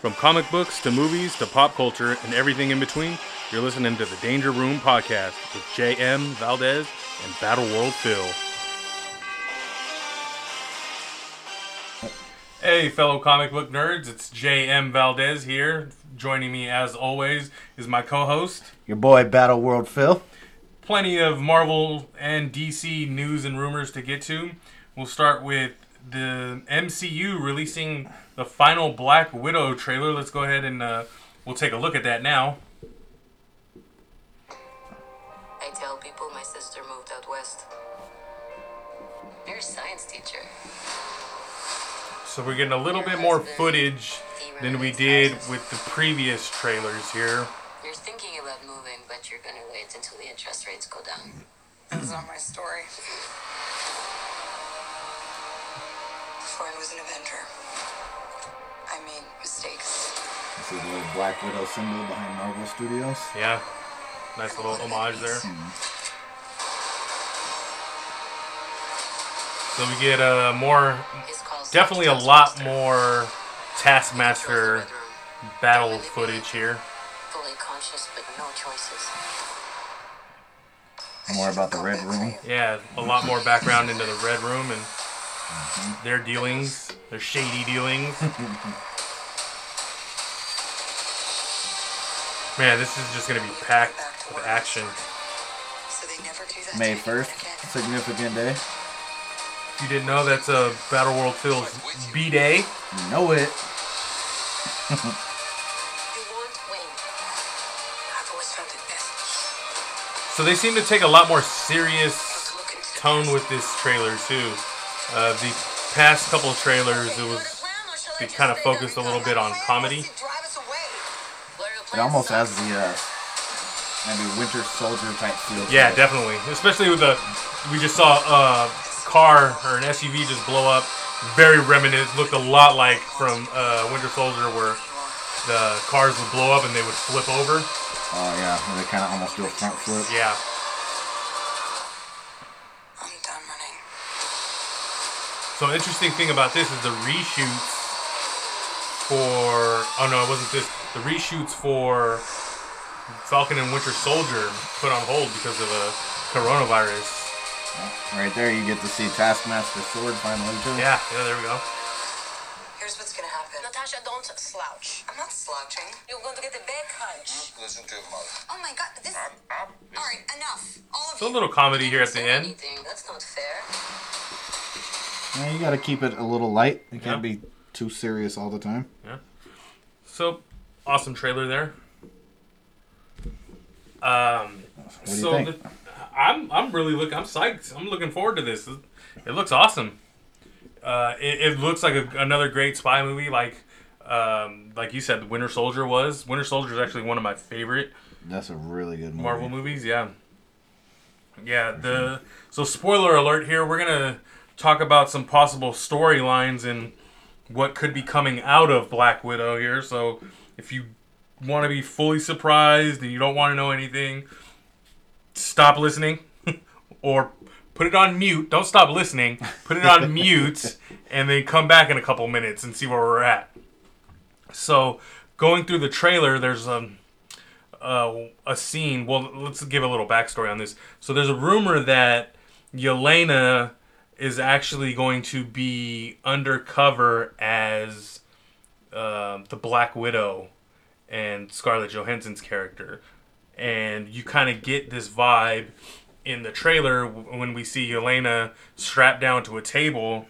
From comic books to movies to pop culture and everything in between, you're listening to the Danger Room podcast with J.M. Valdez and Battle World Phil. Hey, fellow comic book nerds, it's J.M. Valdez here. Joining me, as always, is my co host. Your boy Battle World Phil. Plenty of Marvel and DC news and rumors to get to. We'll start with the MCU releasing the final Black Widow trailer. Let's go ahead and uh, we'll take a look at that now. I tell people my sister moved out west. You're a science teacher. So we're getting a little bit more footage than we did with the previous trailers here. You're thinking about moving, but you're gonna wait until the interest rates go down. That's not my story. Before I was an Avenger, I made mistakes. See the little Black Widow symbol behind Marvel Studios. Yeah, nice little homage there. So we get uh, more, His call's definitely a lot more Taskmaster battle footage here. Fully conscious, but no choices. I More should've about the gone Red back for Room. you. Yeah, a lot more background into the Red Room and their dealings, their shady dealings. Man, this is just gonna be packed with action. So they never do that May to anyone 1st, again. significant day. If you didn't know, that's a Battle World Phil's B Day. You know it. You won't win. I've always felt it best So they seem to take a lot more serious to look into the tone with this trailer too. Uh, the past couple trailers, it was they kinda focused a little bit on comedy. It almost has the uh, maybe Winter Soldier type feel. to yeah, it. definitely, especially with the we just saw a car or an SUV just blow up. Very reminiscent, looked a lot like from uh, Winter Soldier, where the cars would blow up and they would flip over. Oh yeah, and they kind of almost do a front flip. Yeah, I'm done running. So an interesting thing about this is the reshoots for oh no, it wasn't this. The reshoots for Falcon and Winter Soldier put on hold because of a coronavirus. Right there, you get to see Taskmaster sword finally too. Yeah, yeah, there we go. Here's what's gonna happen. Natasha, don't slouch. I'm not slouching. You're going to get a big hunch. Listen to him, Mother. Oh my god, this. Alright, enough. All of So a you. little comedy here at the end. Anything. That's not fair. Yeah, you got to keep it a little light. It can't be too serious all the time. So awesome trailer there. Um, What do So you the, think? I'm I'm really look I'm psyched. I'm looking forward to this. It looks awesome. Uh, it, it looks like a, another great spy movie, like um, like you said, Winter Soldier was. Winter Soldier is actually one of my favorite That's a really good movie. Marvel movies, yeah. Yeah, the so spoiler alert here, we're gonna talk about some possible storylines and what could be coming out of Black Widow here. So if you wanna be fully surprised and you don't wanna know anything, stop listening or put it on mute. Don't stop listening, put it on mute and then come back in a couple minutes and see where we're at. So going through the trailer, there's um uh, a scene. Well, let's give a little backstory on this. So there's a rumor that Yelena is actually going to be undercover as um the Black Widow and Scarlett Johansson's character, and you kind of get this vibe in the trailer w- when we see Yelena strapped down to a table,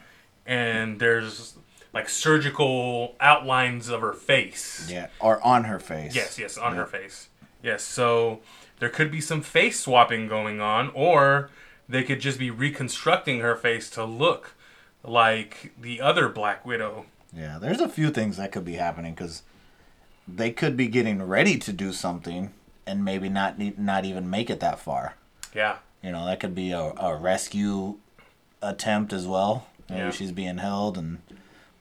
and there's like surgical outlines of her face. Yeah, or on her face. Yes, yes, on her face. Yes, so there could be some face swapping going on, or they could just be reconstructing her face to look like the other Black Widow. Yeah, there's a few things that could be happening because they could be getting ready to do something and maybe not need, not even make it that far. Yeah, You know, that could be a, a rescue attempt as well. Maybe Yeah. she's being held and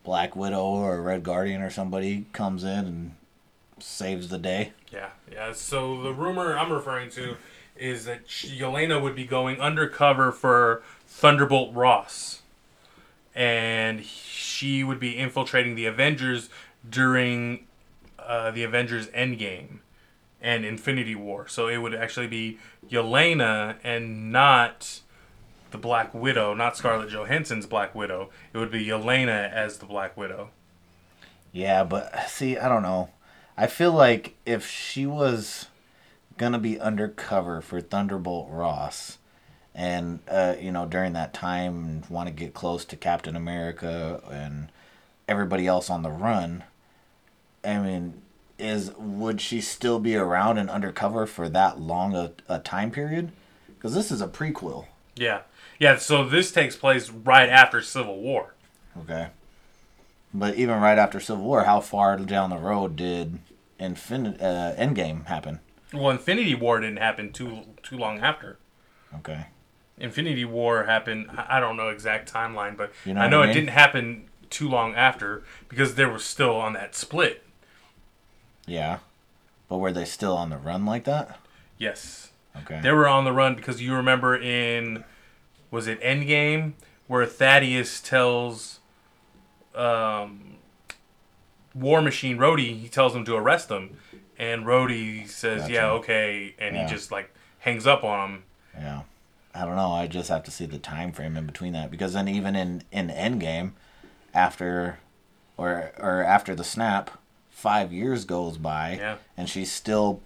Black Widow or Red Guardian or somebody comes in and saves the day. yeah, yeah. So the rumor I'm referring to is that Yelena would be going undercover for Thunderbolt Ross, and she would be infiltrating the Avengers during uh, the Avengers Endgame and Infinity War. So it would actually be Yelena and not the Black Widow, not Scarlett Johansson's Black Widow. It would be Yelena as the Black Widow. Yeah, but see, I don't know. I feel like if she was gonna be undercover for Thunderbolt Ross, and uh, you know during that time want to get close to Captain America and everybody else on the run, I mean, is would she still be around and undercover for that long a, a time period? Because this is a prequel. Yeah. Yeah, so this takes place right after Civil War. Okay. But even right after Civil War, how far down the road did Infin- uh, Endgame happen? Well, Infinity War didn't happen too too long after. Okay. Infinity War happened. I I don't know exact timeline, but You know I what know I it mean? didn't happen too long after because they were still on that split. Yeah. But were they still on the run like that? Yes, Okay. they were on the run because you remember in was it Endgame where Thaddeus tells um, War Machine Rhodey he tells him to arrest him, and Rhodey says, Gotcha. "Yeah, okay," and Yeah. he just like hangs up on him. yeah. I don't know. I just have to see the time frame in between that because then even in in Endgame, after or or after the snap, five years goes by, Yeah. and she's still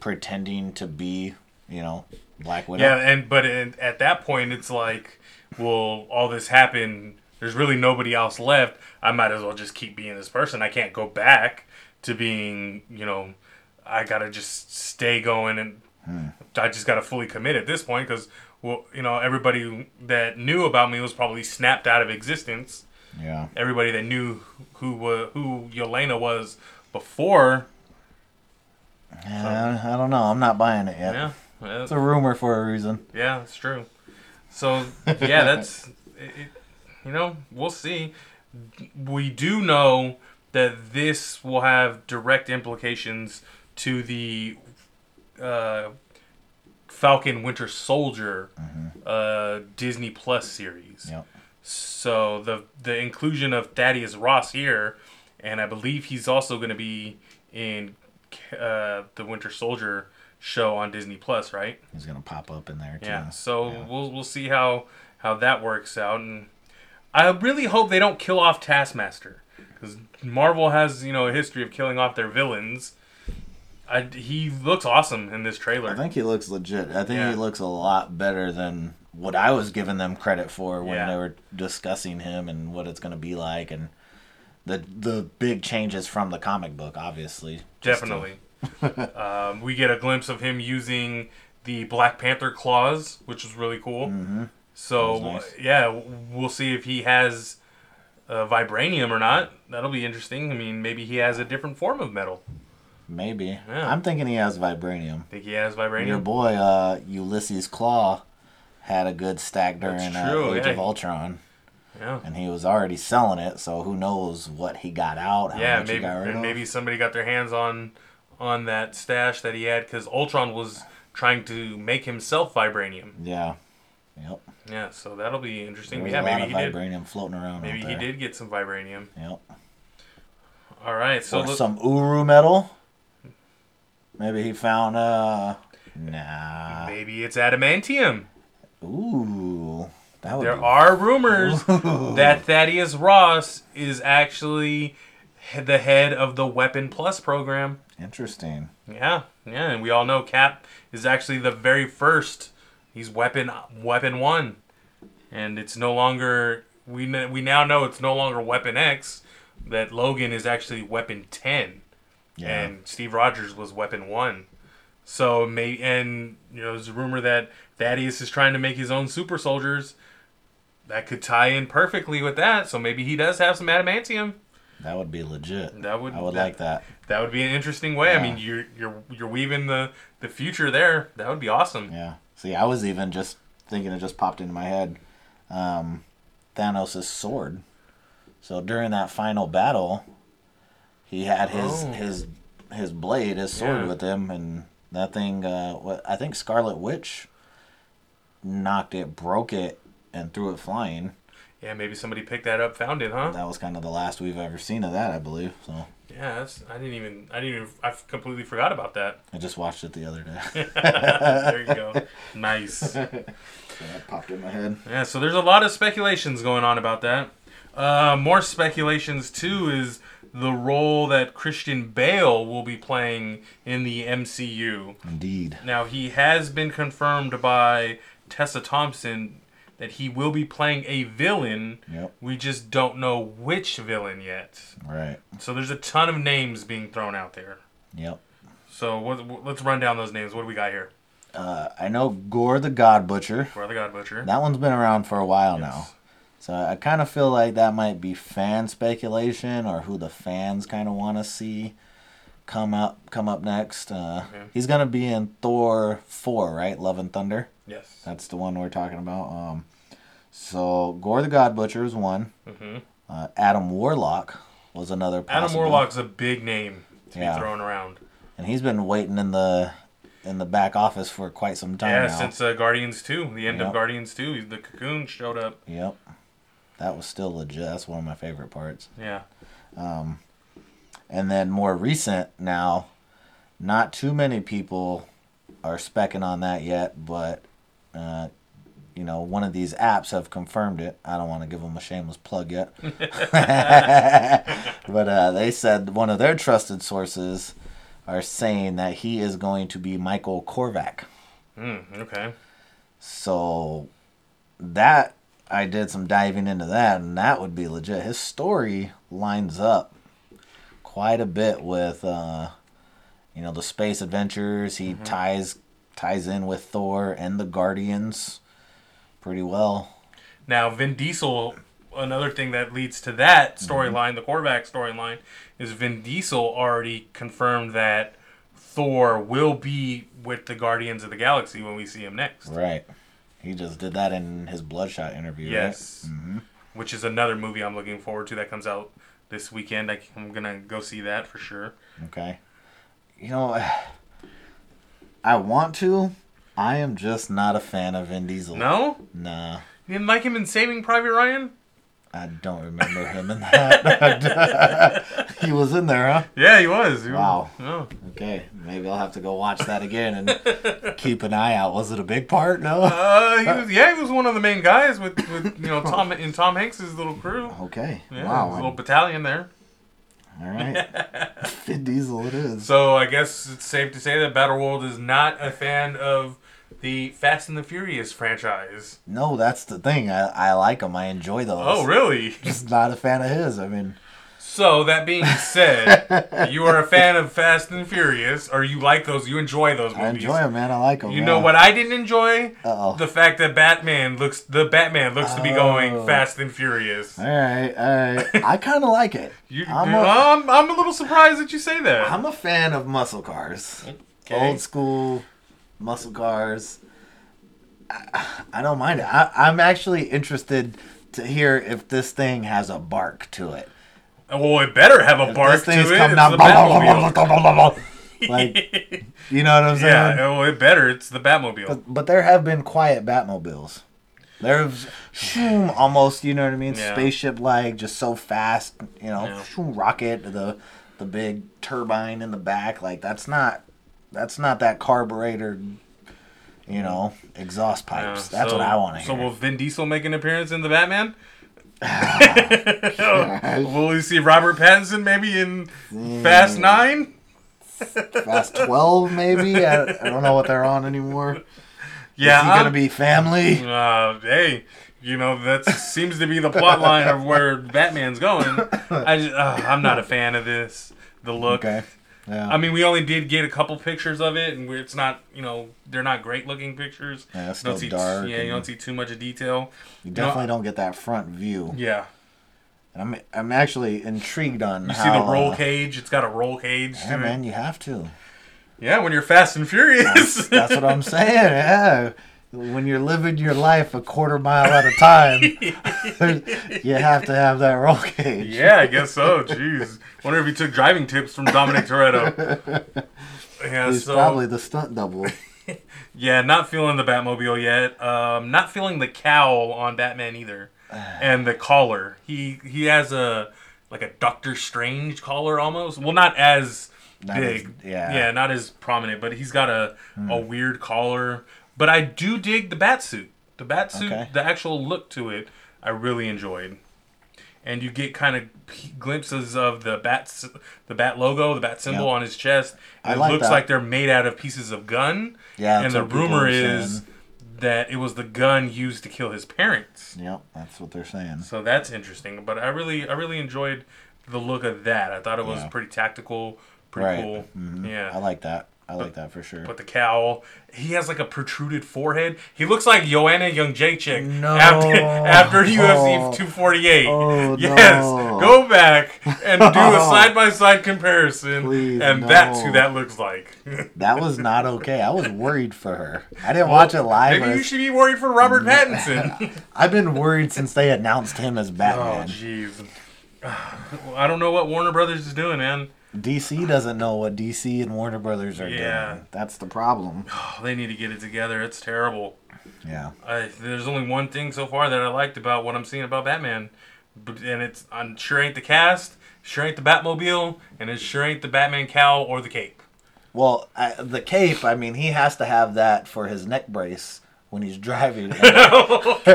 pretending to be, you know, Black Widow. Yeah, and but in, at that point, it's like, well, all this happened. There's really nobody else left. I might as well just keep being this person. I can't go back to being, you know, I gotta just stay going, and I just gotta fully commit at this point because, well, you know, everybody that knew about me was probably snapped out of existence. yeah. Everybody that knew who wa- who Yelena was before. Yeah, I don't know. I'm not buying it yet. Yeah, well, It's a rumor for a reason. Yeah, that's true. So yeah, that's it, it, you know we'll see. We do know that this will have direct implications to the uh, Falcon Winter Soldier uh, Disney Plus series. Yep. So the the inclusion of Thaddeus Ross here, and I believe he's also going to be in uh, the Winter Soldier show on Disney Plus, right? He's gonna pop up in there too. Yeah. So we'll we'll see how how that works out, and I really hope they don't kill off Taskmaster because Marvel has you know a history of killing off their villains. I, he looks awesome in this trailer. I think he looks legit. I think Yeah. he looks a lot better than what I was giving them credit for when Yeah. they were discussing him and what it's gonna be like and the the big changes from the comic book, obviously. Just to- Definitely. um, we get a glimpse of him using the Black Panther claws, which was really cool. So Mm-hmm. That was nice. yeah, w- we'll see if he has uh, vibranium or not. That'll be interesting. I mean, maybe he has a different form of metal. Maybe. Yeah. I'm thinking he has vibranium. Think he has Your vibranium? boy, uh, Ulysses Claw, had a good stack during true, uh, Age yeah. of Ultron, Yeah. and he was already selling it. So who knows what he got out? How Yeah, much he maybe got rid and of. maybe somebody got their hands on on that stash that he had because Ultron was trying to make himself vibranium. Yeah. Yep. Yeah, so that'll be interesting. There was yeah, a lot maybe he of did. vibranium floating around. Maybe out he there. did get some vibranium. Yep. All right, so or let's- some Uru metal. Maybe he found uh nah. Maybe it's adamantium. Ooh. That would There be are rumors that Thaddeus Ross is actually he- the head of the Weapon Plus program. interesting. Yeah, yeah, and we all know Cap is actually the very first. He's Weapon Weapon One, and it's no longer we kn- we now know it's no longer Weapon X. That Logan is actually Weapon Ten. Yeah. and Steve Rogers was Weapon One. So may and you know there's a rumor that Thaddeus is trying to make his own super soldiers. That could tie in perfectly with that. So maybe he does have some adamantium. that would be legit. That would- I would that- like that. That would be an interesting way. I Yeah. mean, you're you're you're weaving the the future there. That would be awesome. Yeah. See, I was even just thinking it just popped into my head. Um Thanos' sword. So during that final battle, he had his Oh. his his blade, his sword Yeah. with him and that thing uh what I think Scarlet Witch knocked it, broke it and threw it flying. Yeah, maybe somebody picked that up, found it, huh? That was kind of the last we've ever seen of that, I believe. So Yeah, that's, I didn't even. I didn't even. I completely forgot about that. I just watched it the other day. there you go. Nice. that popped in my head. Yeah, so there's a lot of speculations going on about that. Uh, more speculations too is the role that Christian Bale will be playing in the MCU. Indeed. Now he has been confirmed by Tessa Thompson that he will be playing a villain. Yep. We just don't know which villain yet. Right. So there's a ton of names being thrown out there. Yep. So what, let's run down those names. What do we got here? Uh, I know Gore the God Butcher. Brother God Butcher. That one's been around for a while now. So I kind of feel like that might be fan speculation or who the fans kind of want to see come up come up next. Uh, He's gonna be in Thor four, right? Love and Thunder. Yes. That's the one we're talking about. Um, so Gore the God Butcher is one. Uh, Adam Warlock was another. Possible, Mm-hmm. Adam Warlock's a big name to Yeah. be thrown around. and he's been waiting in the in the back office for quite some time Yeah, now. since uh, Guardians 2, the end Yep. of Guardians 2, the cocoon showed up. Yep, that was still legit. That's one of my favorite parts. Yeah. And then more recent now, not too many people are specking on that yet, but uh, you know, one of these apps have confirmed it. I don't want to give them a shameless plug yet, but uh, they said one of their trusted sources are saying that he is going to be Michael Korvac. Mm, okay. So that I did some diving into that, and that would be legit. His story lines up quite a bit with, uh, you know, the space adventures. He Mm-hmm. ties ties in with Thor and the Guardians pretty well. Now, Vin Diesel, another thing that leads to that Mm-hmm. storyline, the quarterback storyline, is Vin Diesel already confirmed that Thor will be with the Guardians of the Galaxy when we see him next. Right. He just did that in his Bloodshot interview. Yes. Mm-hmm. Which is another movie I'm looking forward to that comes out this weekend. I, am going to go see that for sure. Right? Okay. You know, I want to. I am just not a fan of Vin Diesel. No? Nah. You didn't like him in Saving Private Ryan? I don't remember him in that. he was in there, huh? Yeah, he was. He was- Wow. Oh. Okay, maybe I'll have to go watch that again and keep an eye out. Was it a big part? No. Uh, he was, yeah, he was one of the main guys with, with you know Tom in Tom Hanks's little crew. Okay. Yeah, his little Oh, wow. battalion there. All right. Vin Diesel, it is. So I guess it's safe to say that Battleworld is not a fan of the Fast and the Furious franchise. no, that's the thing. I, I like him. I enjoy those. Oh, really? Just not a fan of his. I mean, So that being said, you are a fan of Fast and Furious, or you like those, you enjoy those movies. I enjoy him, man. I like him. You know what I didn't enjoy? Uh-oh. The fact that Batman looks the Batman looks to be Oh. going Fast and Furious. All right, all right. I kind of like it. You, I'm I'm, a, a, I'm, I'm a little surprised that you say that. I'm a fan of muscle cars. Okay. old school muscle cars. I, I don't mind it. I, I'm actually interested to hear if this thing has a bark to it. Well, it better have a If bark this to it. thing's It's coming out, the Batmobile. like, you know what I'm saying? yeah, well, it better. It's the Batmobile. But there have been quiet Batmobiles. There's shoom, almost, you know what I mean? Yeah. Spaceship like, just so fast, you know, Yeah. shoom, rocket, the the big turbine in the back. Like that's not that's not that carburetor, you know, exhaust Yeah, pipes. that's so- what I want to hear. So will Vin Diesel make an appearance in the Batman? Ah. will we see Robert Pattinson maybe in Hmm. Fast Nine? Mm, Fast twelve maybe? I, I don't know what they're on anymore. Yeah, Is he I'm- gonna be family? Uh, hey, you know that seems to be the plot line of where Batman's going. I just, uh, I'm not a fan of this. The look. Okay. Yeah. I mean, we only did get a couple pictures of it, and we- it's not, you know, they're not great looking pictures. Yeah, it's You don't still see, dark Yeah, you and- don't see too much of detail. you definitely don't get that front view. Yeah, And I'm I'm actually intrigued on you how see the roll uh, cage. It's got a roll cage. Yeah, to it. man, you have to. Yeah, when you're fast and furious. That's what I'm saying. Yeah. When you're living your life a quarter mile at a time, you have to have that roll cage. yeah, I guess so. Jeez, wonder if he took driving tips from Dominic Toretto. Yeah, He's so probably the stunt double. yeah, not feeling the Batmobile yet. Um, not feeling the cowl on Batman either, and the collar. He he has a like a Doctor Strange collar almost. Well, not as Not as- big. yeah. Hmm. yeah, not as prominent, but he's got a a weird collar. But I do dig the bat suit. The bat suit, Okay. the actual look to it, I really enjoyed. And you get kind of p- glimpses of the bat, the bat logo, the bat symbol Yeah. on his chest. I It like looks that. like they're made out of pieces of gun. Yeah, and that's the what people rumor were is that it was the gun used to kill his parents. Yep, that's what they're saying. So that's interesting. But I really, I really enjoyed the look of that. I thought it was Yeah. pretty tactical, pretty Right. Mm-hmm. cool. Yeah, I like that. I like that for sure. but the cowl. He has like a protruded forehead. He looks like Joanna Young Jacek No. after after UFC Oh. 248. Oh, yes, no. go back and do a side by side comparison, Please, and that's who no. that looks like. That was not okay. I was worried for her. I didn't watch it live. Maybe but you should be worried for Robert Pattinson. I've been worried since they announced him as oh, Batman. jeez. Well, I don't know what Warner Brothers is doing, man. DC doesn't know what DC and Warner Brothers are Yeah. doing. That's the problem. Oh, they need to get it together. It's terrible. Yeah. I, there's only one thing so far that I liked about what I'm seeing about Batman, but, and it's I'm sure ain't the cast, sure ain't the Batmobile, and it sure ain't the Batman cowl or the cape. Well, I, the cape. I mean, he has to have that for his neck brace when he's driving. And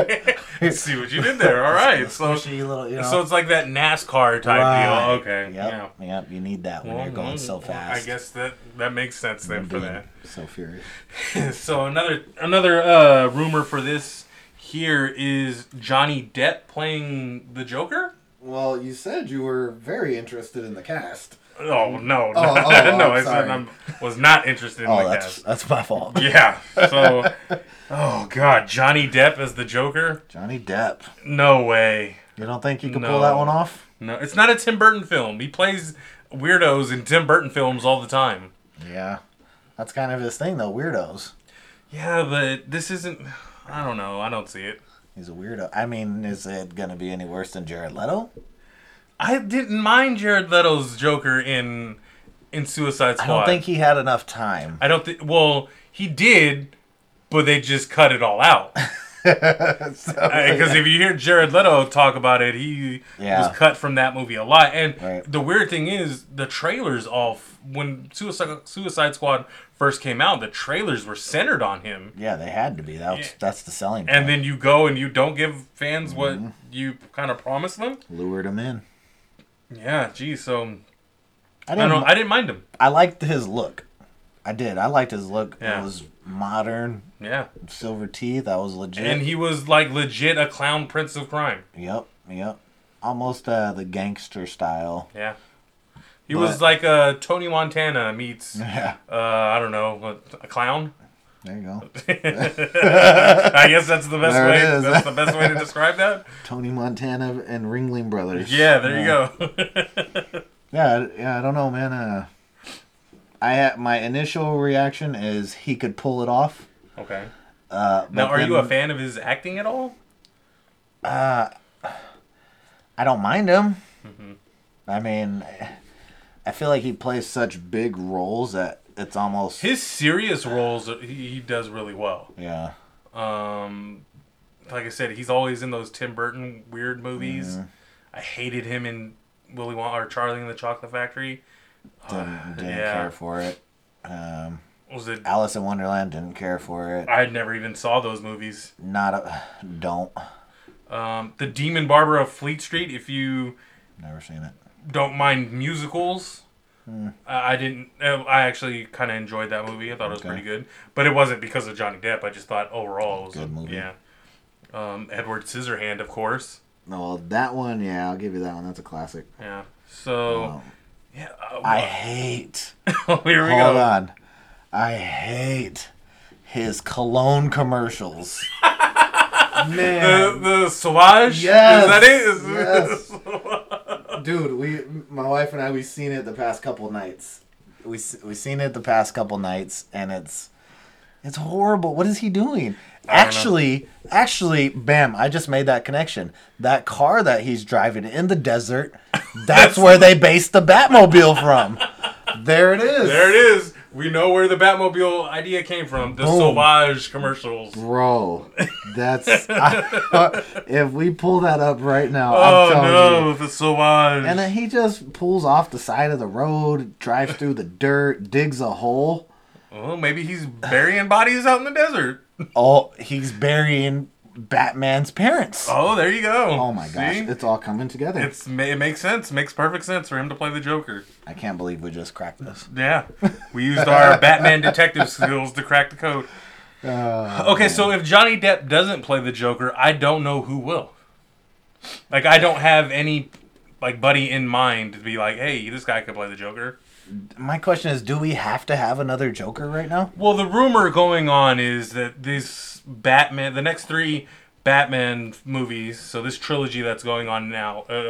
Let's see what you did there. All right, so squishy little, you know. so it's like that NASCAR type Right. deal. Okay, Yep. Yep. You need that when Well, you're going well, so well, fast. I guess that that makes sense then for Being that. So furious. So another another uh, rumor for this here is Johnny Depp playing the Joker. Well, you said you were very interested in the cast. Oh no, no, oh, oh, no! I said sorry. I was not interested in Oh, the that's cast. that's my fault. Yeah. So, oh god, Johnny Depp as the Joker? Johnny Depp. No way. You don't think you can No. pull that one off? No, it's not a Tim Burton film. He plays weirdos in Tim Burton films all the time. Yeah. That's kind of his thing, though. Weirdos. Yeah, but this isn't. I don't know. I don't see it. He's a weirdo. I mean, is it gonna be any worse than Jared Leto? I didn't mind Jared Leto's Joker in in Suicide I Squad. don't think he had enough time. I don't think. Well, he did, but they just cut it all out. Because if you hear Jared Leto talk about it, he Yeah. was cut from that movie a lot. And Right. the weird thing is, the trailers off when Suicide Suicide Squad first came out, the trailers were centered on him. Yeah, they had to be. That's Yeah. that's the selling point. And then you go and you don't give fans what Mm-hmm. you kind of promised them. lured him in. Yeah, geez. So I I didn't. don't. I, I didn't mind him. liked his look. I did. I liked his look. Yeah. It was modern, Yeah, silver teeth. I was legit. and he was like legit a clown prince of crime. yep, yep. Almost uh, the gangster style. Yeah. He But- was like uh, Tony Montana meets, uh, Yeah, I don't know, a clown. there you go. I guess that's the best There it way. is. That's the best way to describe that. Tony Montana and Ringling Brothers. Yeah, there you go. Yeah, I- yeah. I don't know, man. Uh, I ha- my initial reaction is he could pull it off. okay. Uh, Now, but are you a then fan of his acting at all? I don't mind him. Mm-hmm. I mean, I feel like he plays such big roles that it's almost His serious roles, uh, he, he does really well. yeah. Um, like I said, he's always in those Tim Burton weird movies. Mm-hmm. I hated him in Willy Wonka or Charlie and the Chocolate Factory. Didn't, didn't yeah. care for it. Um, Was it? Alice in Wonderland didn't care for it. I never even saw those movies. Not a don't Um, the Demon Barber of Fleet Street. If you never seen it. don't mind musicals, Hmm. I, I didn't. uh, I actually kind of enjoyed that movie. I thought it was Okay. pretty good, but it wasn't because of Johnny Depp. I just thought overall it was Good a- movie. Yeah. Um, Edward Scissorhand, of course. No, well, that one, yeah, I'll give you that one. That's a classic. Yeah. So Um, yeah, uh, I hate. here we Hold go. on. I hate his cologne commercials. The, Man, the Sauvage. Yes, Is that it? Is- yes. dude, we, my wife and I, we seen it the past couple nights. we s- we seen it the past couple nights, and it's it's horrible. What is he doing? Actually, actually, bam! I just made that connection. That car that he's driving in the desert—that's where they based the Batmobile from. There it is. there it is. We know where the Batmobile idea came from. The Boom. Sauvage commercials. Bro, that's if we pull that up right now. I'm Oh telling no, you. the Sauvage. And then he just pulls off the side of the road, drives through the dirt, digs a hole. well, Oh, maybe he's burying bodies out in the desert. Oh, he's burying Batman's parents. Oh, there you go. Oh my gosh, See? it's all coming together. It's ma- it makes sense. Makes perfect sense for him to play the Joker. I can't believe we just cracked this. Yeah, we used our Batman detective skills to crack the code. okay, so if Johnny Depp doesn't play the Joker, I don't know who will. Like, I don't have any like buddy in mind to be like, hey, this guy could play the Joker. My question is, do we have to have another Joker right now? Well, the rumor going on is that this Batman, the next three Batman movies, so this trilogy that's going on now, uh,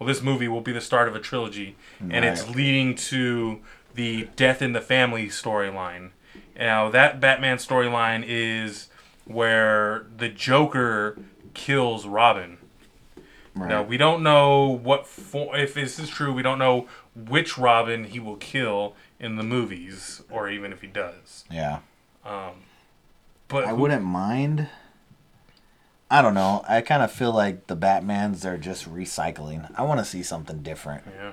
well, this movie will be the start of a trilogy, and it's Right. leading to the Death in the Family storyline. Now, that Batman storyline is where the Joker kills Robin. Now we don't know what for if this is true. We don't know which Robin he will kill in the movies, or even if he does. Yeah. But I who- wouldn't mind. I don't know. I kind of feel like the Batmans are just recycling. I want to see something different. Yeah.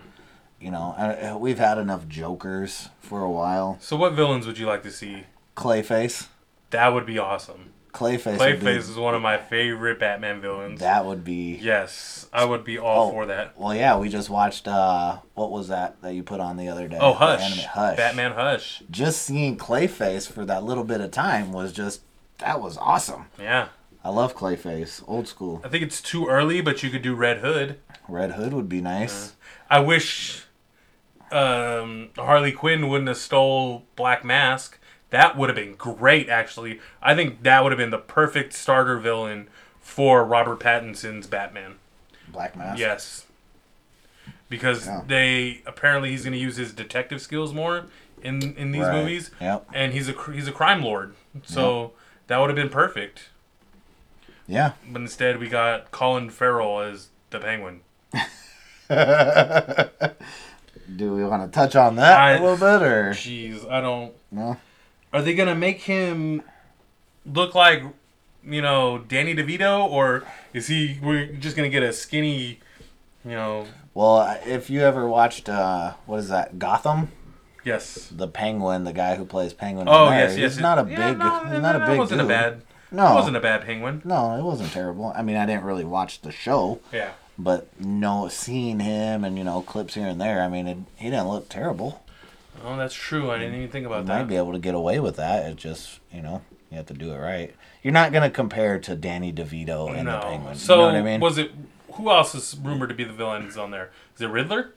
You know, I, we've had enough Jokers for a while. So what villains would you like to see? Clayface. That would be awesome. Clayface. would be- Clayface is one of my favorite Batman villains. That would be. yes, I would be all Oh. for that. Well, yeah, we just watched. uh What was that that you put on the other day? Oh, The Hush. anime- Hush. Batman Hush. Just seeing Clayface for that little bit of time was just. That was awesome. Yeah. I love Clayface. Old school. I think it's too early, but you could do Red Hood. Red Hood would be nice. I wish um, Harley Quinn wouldn't have stole Black Mask. That would have been great, actually. I think that would have been the perfect starter villain for Robert Pattinson's Batman. Black Mask. Yes, because Yeah. they apparently he's going to use his detective skills more in in these Right. movies. Yep. and he's a cr- he's a crime lord, so that would have been perfect. Yeah. But instead, we got Colin Farrell as the Penguin. Do we want to touch on that I- a little bit or Jeez, I don't. no? Are they gonna make him look like you know Danny DeVito, or is he we're just gonna get a skinny, you know? Well, I- if you ever watched uh, what is that Gotham, Yes. the Penguin, the guy who plays Penguin. in Oh there, yes, yes. He's it- not a yeah, big. no, he's not a that big. wasn't dude. a bad. No. It wasn't a bad penguin. No, it wasn't terrible. I mean, I didn't really watch the show, Yeah. but no, seeing him and you know clips here and there. I mean, it, he didn't look terrible. Oh, that's true. I didn't even think about You that. might be able to get away with that. It just you know you have to do it right. You're not gonna compare to Danny DeVito and the no. Penguin. So you know what I mean? was it? Who else is rumored to be the villains on there? Is it Riddler?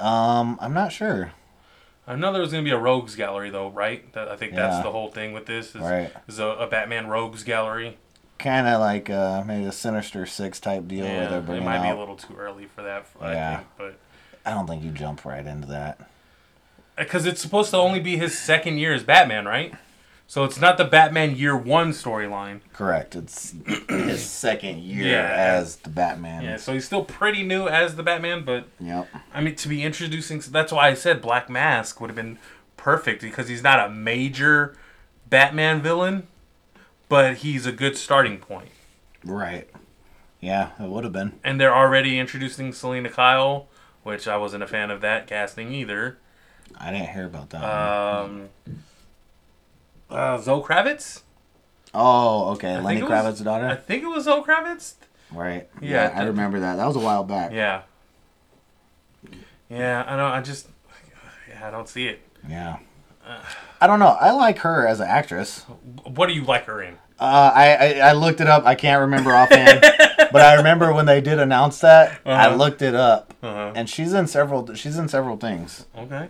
um, I'm not sure. I know there was gonna be a rogues gallery though, right? That, I think Yeah. that's the whole thing with this. Is, Right. Is a, a Batman rogues gallery. Kind of like uh, maybe a Sinister Six type deal where Yeah, they're it bringing might be out a little too early for that. I Yeah. think, but. I don't think you jump right into that. Because uh, it's supposed to only be his second year as Batman, right? So it's not the Batman Year One storyline. Correct. It's his second year Yeah. as the Batman. Yeah, so he's still pretty new as the Batman, but Yep. I mean to be introducing. That's why I said Black Mask would have been perfect because he's not a major Batman villain, but he's a good starting point. Right. Yeah, it would have been. And they're already introducing Selena Kyle, which I wasn't a fan of that casting either. I didn't hear about that. Um, uh, Zoe Kravitz. oh, okay. Lenny think it was- Kravitz's daughter. I think it was Zoe Kravitz. right. yeah, I that- remember that. That was a while back. Yeah. Yeah, I don't. I just, yeah, I don't see it. Yeah. I don't know. I like her as an actress. What do you like her in? Uh, I, I I looked it up. I can't remember offhand, but I remember when they did announce that. I Uh-huh. looked it up, Uh-huh. and she's in several. She's in several things. Okay.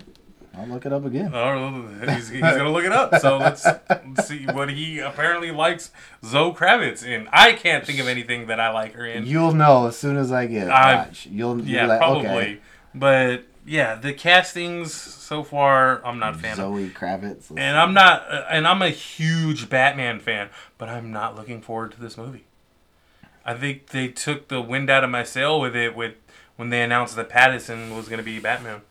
I'll look it up again. Oh, he's, he's gonna look it up. So let's, let's see what he apparently likes Zoe Kravitz in. I can't think of anything that I like her in. You'll know as soon as I get it. I- Watch. You'll, you'll yeah, be like, probably. okay, But yeah, the castings so far, I'm not a fan of. Zoe Kravitz. let's And I'm not, uh, and I'm a huge Batman fan, but I'm not looking forward to this movie. I think they took the wind out of my sail with it with when they announced that Pattinson was going to be Batman.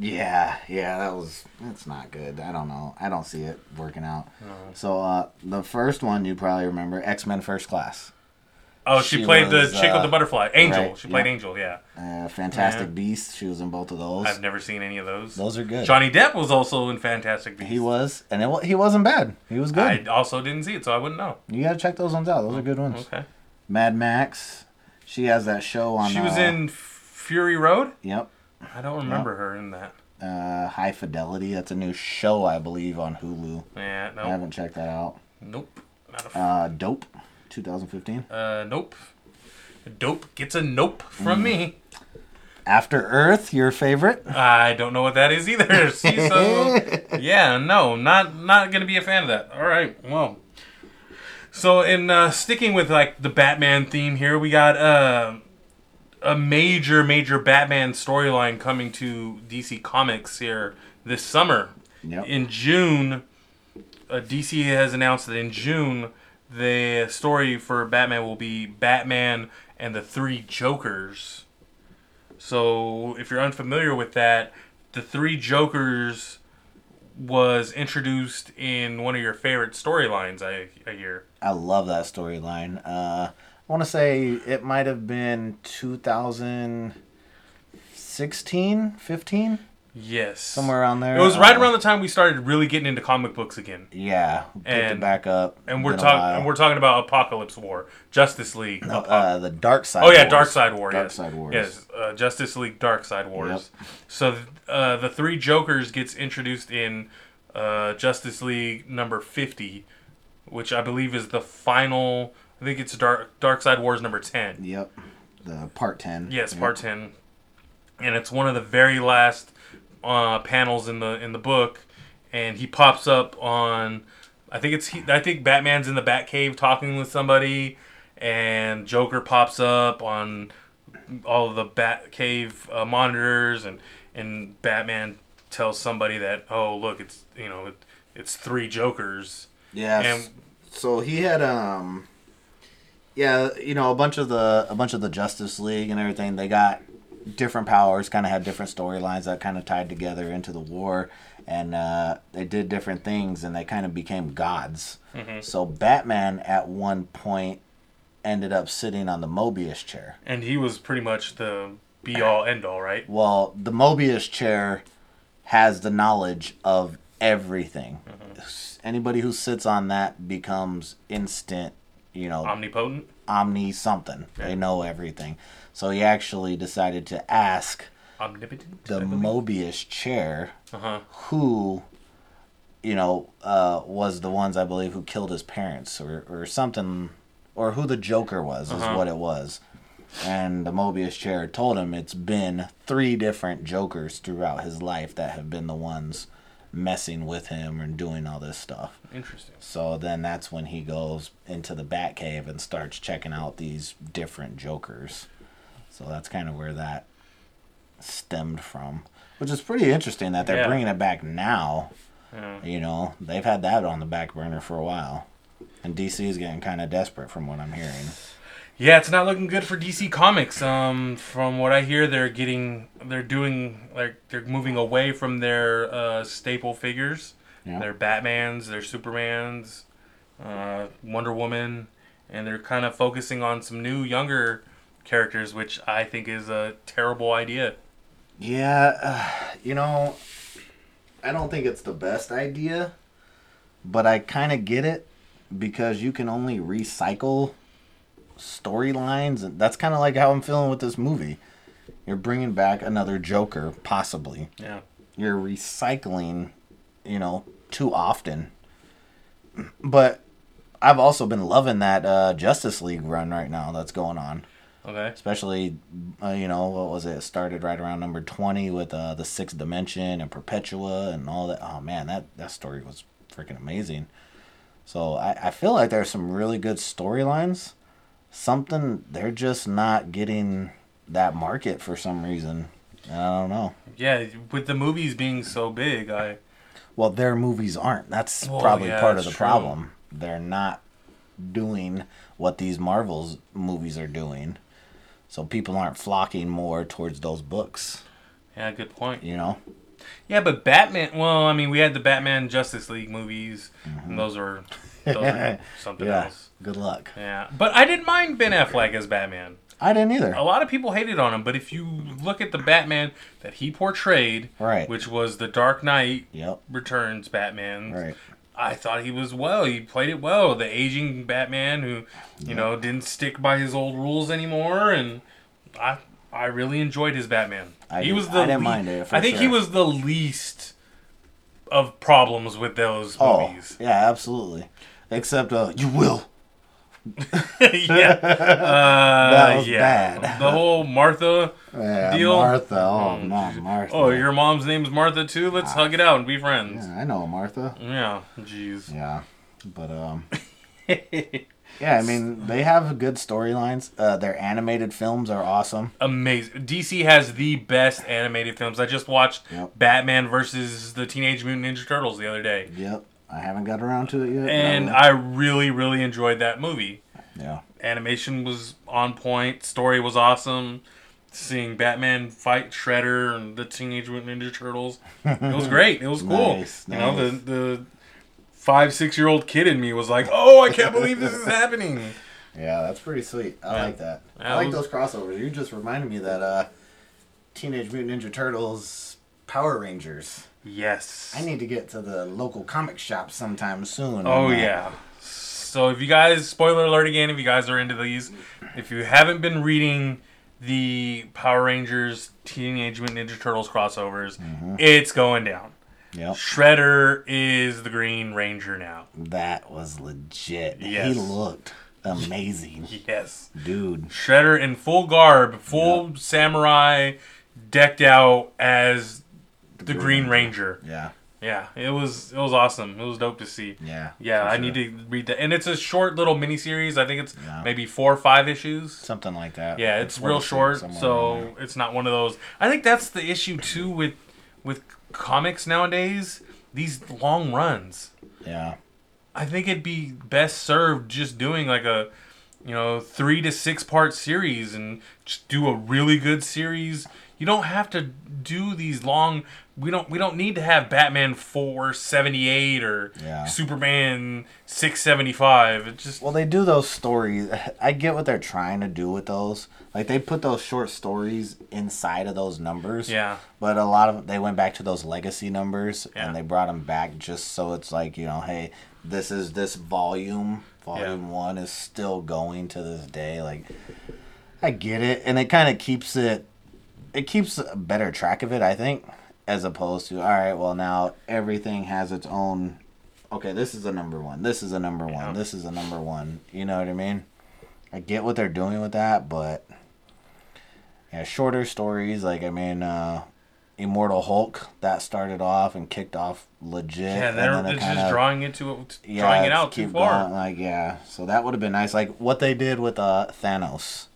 Yeah, yeah, that was that's not good. I don't know. I don't see it working out. Uh-huh. So uh the first one you probably remember, X Men First Class. Oh, she, She played was, the chick with uh, the butterfly, Angel. right, she played yeah. Angel. Yeah, Uh, Fantastic Yeah. Beasts. She was in both of those. I've never seen any of those. Those are good. Johnny Depp was also in Fantastic Beasts. he was, and it, wa- he wasn't bad. He was good. I also didn't see it, so I wouldn't know. You gotta check those ones out. Those are good ones. Okay. Mad Max. She has that show on. She was uh, in F- Fury Road. Yep. I don't remember her in that. Uh, High Fidelity. That's a new show, I believe, on Hulu. Yeah, I no, haven't checked that out. nope, not a f- Uh, Dope, 2015. uh, nope. Dope gets a nope Mm. from me. After Earth, your favorite. I don't know what that is either. See, so yeah, no, not not gonna be a fan of that. All right, well, so in uh, sticking with like the Batman theme here, we got uh, a major major Batman storyline coming to DC Comics here this summer. Yep. In June, uh, DC has announced that in June the story for Batman will be Batman and the Three Jokers. So, if you're unfamiliar with that, the Three Jokers was introduced in one of your favorite storylines. I, I hear. I love that storyline. Uh, I want to say it might have been 2016, 15, Yes. somewhere around there. It was right Uh, around the time we started really getting into comic books again, Yeah, picked And- it back up. and we're been a talking. while. And we're talking about Apocalypse War, Justice League. Apo- uh, the dark side. oh yeah, Wars. Dark Side War. Dark yes. Side Wars. Yes, uh, Justice League Dark Side Wars. So th- uh, the three Jokers gets introduced in uh, Justice League number fifty, which I believe is the final. I think it's Dark Dark Side Wars number ten. Yep. The part 10. Yes, Yep. part ten, and it's one of the very last uh, panels in the in the book, and he pops up on. I think it's he, I think Batman's in the Batcave talking with somebody, and Joker pops up on all of the Batcave uh, monitors, and and Batman tells somebody that oh look it's you know it, it's three Jokers. Yes. And- so he had um yeah, you know, a bunch of the a bunch of the Justice League and everything, they got different powers, kind of had different storylines that kind of tied together into the war and uh, they did different things and they kind of became gods. Mm-hmm. So Batman at one point ended up sitting on the Mobius chair. And he was pretty much the be all end all, right? Well, the Mobius chair has the knowledge of everything. S- Anybody who sits on that becomes instant, you know, Omnipotent. omni something. They know everything. So he actually decided to ask Omnipotent. the I believe. Mobius chair Uh-huh. who, you know, uh, was the ones I believe who killed his parents or, or something, or who the Joker was, Uh-huh. is what it was. And the Mobius chair told him it's been three different Jokers throughout his life that have been the ones messing with him and doing all this stuff. Interesting. So then that's when he goes into the Batcave and starts checking out these different Jokers. So that's kind of where that stemmed from, which is pretty interesting that they're Yeah. bringing it back now. Yeah. You know, they've had that on the back burner for a while. And DC is getting kind of desperate from what I'm hearing. Yeah, it's not looking good for DC Comics. Um, from what I hear, they're getting, they're doing, like, they're moving away from their uh, staple figures, Yeah. their Batmans, their Supermans, uh, Wonder Woman, and they're kind of focusing on some new, younger characters, which I think is a terrible idea. Yeah, uh, you know, I don't think it's the best idea, but I kind of get it because you can only recycle storylines, and that's kind of like how I'm feeling with this movie. You're bringing back another Joker, possibly. Yeah. You're recycling, you know, too often. But I've also been loving that uh, Justice League run right now that's going on Okay. especially uh, you know what was it? it started right around number 20 with uh, the sixth dimension and perpetua and all that oh man that, that story was freaking amazing so i, I feel like there's some really good storylines something they're just not getting that market for some reason i don't know Yeah, with the movies being so big, I well their movies aren't that's Well, probably yeah, part of the that's true. problem they're not doing what these marvels movies are doing so people aren't flocking more towards those books yeah, good point. you know Yeah, but Batman. Well, I mean, we had the Batman Justice League movies, and those are, those are something Mm-hmm. Yeah. else. Good luck. Yeah, but I didn't mind Ben Affleck as Batman. I didn't either. A lot of people hated on him, but if you look at the Batman that he portrayed, Right. which was the Dark Knight Yep. Returns Batman, Right. I thought he was well. He played it well. The aging Batman who, you know, didn't stick by his old rules anymore, and I I really enjoyed his Batman. I he did- was the I didn't le- mind it, for I think he sure. was the least of problems with those Oh, movies. yeah, absolutely. Except, uh, you will. yeah, uh, That was yeah. bad. The whole Martha Yeah, deal. Martha. Oh, not Martha. Oh, your mom's name's Martha too. Let's Ah. hug it out and be friends. Yeah, I know Martha. Yeah, jeez. Yeah, but um, yeah. I mean, they have good storylines. Uh, their animated films are awesome. Amazing. DC has the best animated films. I just watched Yep. Batman versus the Teenage Mutant Ninja Turtles the other day, Yep, I haven't got around to it yet. but I and will. I really, really enjoyed that movie. yeah, Animation was on point. Story was awesome. Seeing Batman fight Shredder and the Teenage Mutant Ninja Turtles, it was great. It was cool. Nice, You know, the nice. the five six year old kid in me was like, "Oh, I can't believe this is happening." yeah, that's pretty sweet. I like that. Yeah, I like it those crossovers. You just reminded me that uh, Teenage Mutant Ninja Turtles. Power Rangers. Yes. I need to get to the local comic shop sometime soon. Oh Uh, yeah. So if you guys, spoiler alert again, if you guys are into these, if you haven't been reading the Power Rangers Teenage Mutant Ninja Turtles crossovers, it's going down. Yep. Shredder is the Green Ranger now. That was legit. Yes. He looked amazing, Yes. dude. Shredder in full garb, full samurai, decked out as the Green Ranger. Yeah, Yeah, it was it was awesome. It was dope to see. yeah, Yeah, for I sure. need to read that. And it's a short little miniseries. I think it's Yeah. maybe four or five issues. something like that. Yeah, Like it's 46, real short, somewhere around there. so it's not one of those. I think that's the issue too with with comics nowadays. These long runs. yeah, I think it'd be best served just doing like a you know three to six part series and just do a really good series. You don't have to do these long. We don't. We don't need to have Batman four seventy eight or Yeah. Superman six seventy five. It just Well, they do those stories. I get what they're trying to do with those. Like they put those short stories inside of those numbers. Yeah. But a lot of they went back to those legacy numbers Yeah. and they brought them back just so it's like you know, hey, this is this volume. Volume one is still going to this day. Like I get it, and it kind of keeps it. It keeps a better track of it, I think, as opposed to all right. Well, now everything has its own okay, this is a number one. This is a number one. This is a number one. You know what I mean? I get what they're doing with that, but yeah, shorter stories. Like I mean, uh, Immortal Hulk that started off and kicked off legit. yeah, and they're, then it they're kinda- just drawing into it, drawing it it's out too keep far. going, Like yeah, so that would have been nice. Like what they did with uh Thanos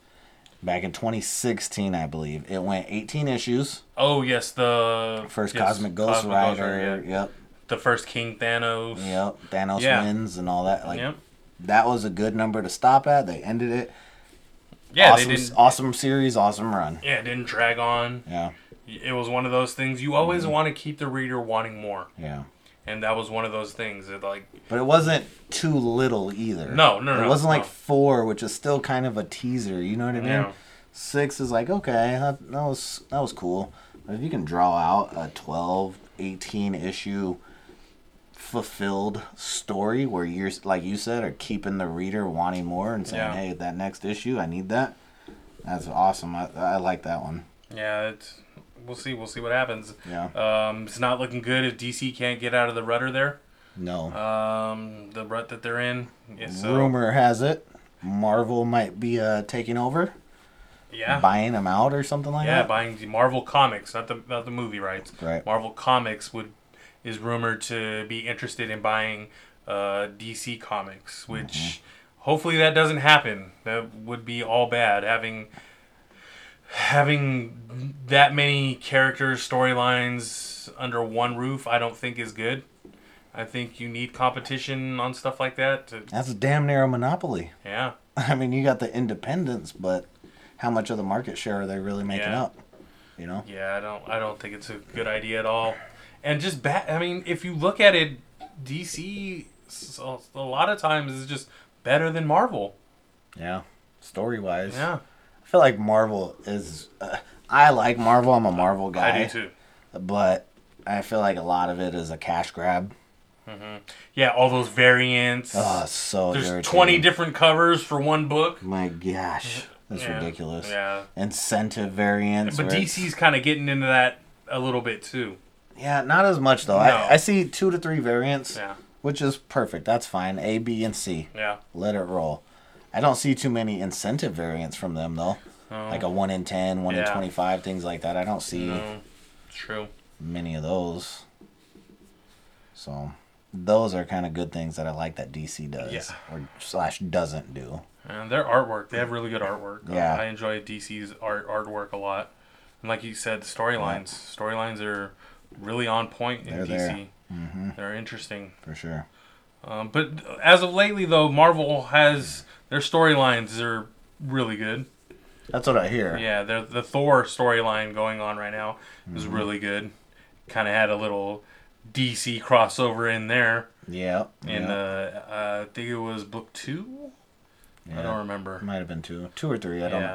back in 2016, I believe it went 18 issues. Oh yes, the First yes, Cosmic Ghost Cosmic Rider. yeah. Yep, The first King Thanos. yep. Thanos Yeah. wins and all that. Like Yep. that was a good number to stop at. They ended it. Yeah, awesome, they didn't. awesome series, awesome run. Yeah, it didn't drag on. Yeah, It was one of those things you always Mm-hmm. want to keep the reader wanting more, yeah. and that was one of those things that like But it wasn't too little either. No, no, It no, wasn't like no. four, which is still kind of a teaser. You know what I mean? Yeah. Six is like okay, that, that was that was cool. But if you can draw out a 12, 18 issue fulfilled story where you're like you said are keeping the reader wanting more and saying Yeah. hey that next issue i need that that's awesome i, I like that one yeah, it's we'll see, we'll see what happens. yeah Um, it's not looking good if DC can't get out of the rudder there. no Um, the rut that they're in. Yeah, so, Rumor has it Marvel might be uh, taking over, Yeah. buying them out or something like yeah, that. buying the Marvel Comics, not the not the movie rights. Uh-huh. Right. Marvel Comics would is rumored to be interested in buying uh, DC Comics, which hopefully that doesn't happen. That would be all bad having having that many characters, storylines under one roof. I don't think is good. I think you need competition on stuff like that. To, That's damn near a monopoly. yeah. I mean, you got the independents, but how much of the market share are they really making Yeah. up? You know, Yeah, I don't. I don't think it's a good idea at all. And just bat. I mean, if you look at it, DC s- a lot of times is just better than Marvel. yeah. Story wise, Yeah, I feel like Marvel is. Uh, I like Marvel. I'm a Marvel I guy. do too. But I feel like a lot of it is a cash grab. Yeah, all those variants. Oh, it's so There's irritating. 20 different covers for one book. My gosh, that's Yeah, ridiculous. Yeah. Incentive variants. But where it's- DC's kind of getting into that a little bit too. Yeah, not as much though. No. I, I see two to three variants, Yeah. which is perfect. That's fine. A, B, and C. Yeah. Let it roll. I don't see too many incentive variants from them though. Like a one in 10, one in Oh. Yeah. twenty-five, things like that. I don't see No, it's true. many of those. So, those are kind of good things that I like that DC does Yeah. or slash doesn't do. And their artwork, they have really good artwork. Uh, Yeah. I enjoy DC's art artwork a lot. And like you said, the storylines. Storylines are really on point in They're DC. there. They're interesting. For sure. Um, but as of lately, though, Marvel has their storylines are really good. That's what I hear. Yeah, the the Thor storyline going on right now is Mm-hmm. really good. Kind of had a little DC crossover in there, Yeah. and yeah. uh, uh, I think it was book two. I don't remember. Might have been two, two or three. Yeah, I don't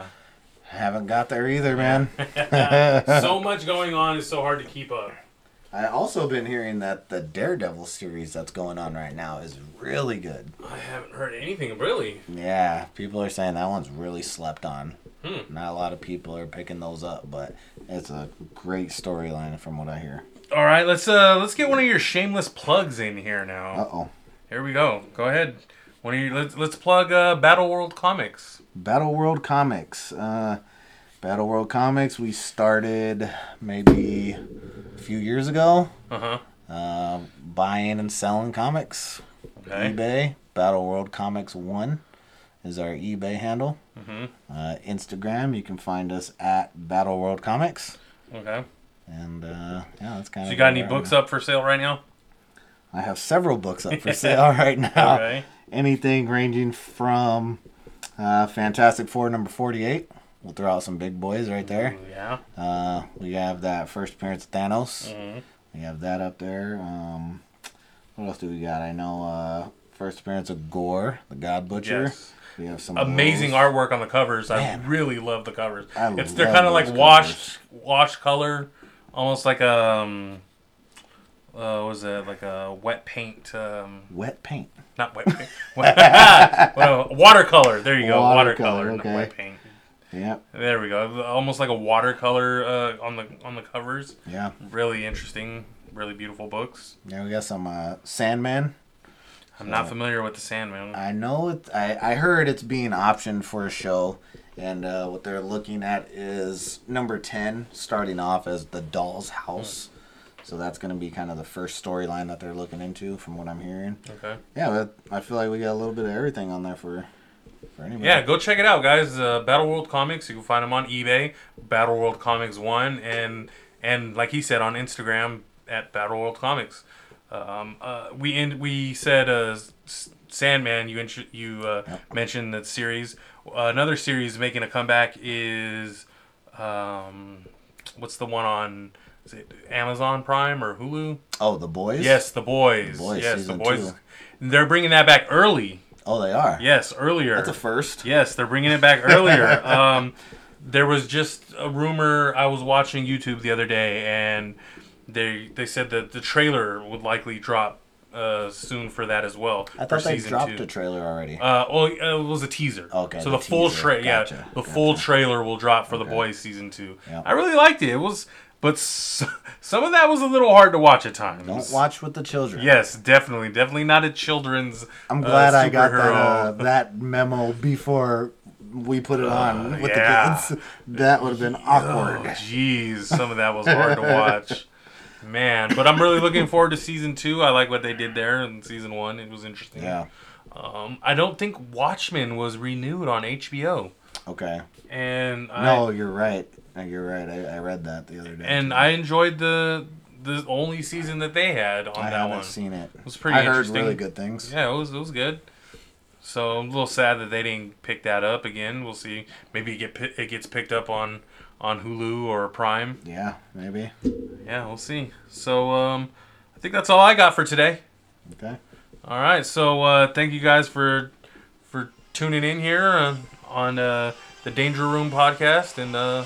haven't got there either, man. so much going on is so hard to keep up. I also been hearing that the Daredevil series that's going on right now is really good. I haven't heard anything really. Yeah, people are saying that one's really slept on. Hmm. Not a lot of people are picking those up, but it's a great storyline from what I hear. All right, let's uh let's get one of your shameless plugs in here now. Uh oh. Here we go. Go ahead. One of your let's let's plug uh, Battle World Comics. Battle World Comics. Uh, Battle World Comics, we started maybe a few years ago Uh huh. uh, buying and selling comics. Okay. eBay. Battle World Comics 1 is our eBay handle. Mm-hmm. Uh, Instagram, you can find us at Battle World Comics. Okay. And uh, yeah, that's kind So of. you got any books up for sale right now? I have several books up for sale right now. Okay. Anything ranging from uh, Fantastic Four number 48. We'll throw out some big boys right there. Yeah. Uh, we have that first appearance of Thanos. Mm-hmm. We have that up there. Um, what else do we got? I know uh, first appearance of Gore, the God Butcher. Yes. We have some of Amazing those. artwork on the covers. I Man. really love the covers. I it's they're love kind of like those wash wash color, almost like um, uh, what was it like a wet paint? Um, Wet paint. not wet paint. wet, well, watercolor. There you go. Watercolor. Watercolor, not wet okay. paint. Yep. There we go. Almost like a watercolor uh, on the on the covers. Yeah. Really interesting. Really beautiful books. Yeah, we got some uh, Sandman. I'm not familiar with the Sandman. I know it. I, I heard it's being optioned for a show, and uh, what they're looking at is number ten, starting off as the Doll's House. So that's going to be kind of the first storyline that they're looking into, from what I'm hearing. okay. Yeah, but I feel like we got a little bit of everything on there for for anybody. Yeah, go check it out, guys. Uh, Battle World Comics. You can find them on eBay, Battle World Comics One, and and like he said on Instagram at Battle World Comics. Um, uh, we in, we said uh, S- Sandman. You intro you uh, mentioned that series. Uh, another series making a comeback is um, what's the one on? Is it Amazon Prime or Hulu? Oh, the boys. Yes, The Boys. Boys, yes, The season Boys. two. They're bringing that back early. Oh, they are. Yes, earlier. That's a first. Yes, they're bringing it back earlier. um, there was just a rumor I was watching YouTube the other day, and they they said that the trailer would likely drop uh, soon for that as well. I thought they dropped a trailer already. uh, well, uh, it was a teaser. Okay, So the, the full teaser. trailer, Gotcha, yeah, the full gotcha. trailer will drop for the boys season two. Yep. I really liked it. It was, but s some of that was a little hard to watch at times. Don't watch with the children. Yes, definitely, definitely not a children's. I'm uh, glad I got that uh, superhero. that memo before we put it on with Uh, yeah. the kids. That would have been Oh, awkward. jeez, some of that was hard to watch, man. But I'm really looking forward to season two. I like what they did there in season one. It was interesting. Yeah. Um, I don't think Watchmen was renewed on HBO, Okay. and No, I, you're right. No, You're right. I, I read that the other day. and too. I enjoyed the the only season that they had on I that haven't one. seen it. was pretty I heard interesting. really good things. Yeah, it was it was good. So I'm a little sad that they didn't pick that up again. We'll see. Maybe it get pi- it gets picked up on on Hulu or Prime. Yeah, maybe. Yeah, we'll see. So um, I think that's all I got for today. Okay. All right, so uh, thank you guys for for tuning in here on, on uh, the Danger Room podcast, and uh,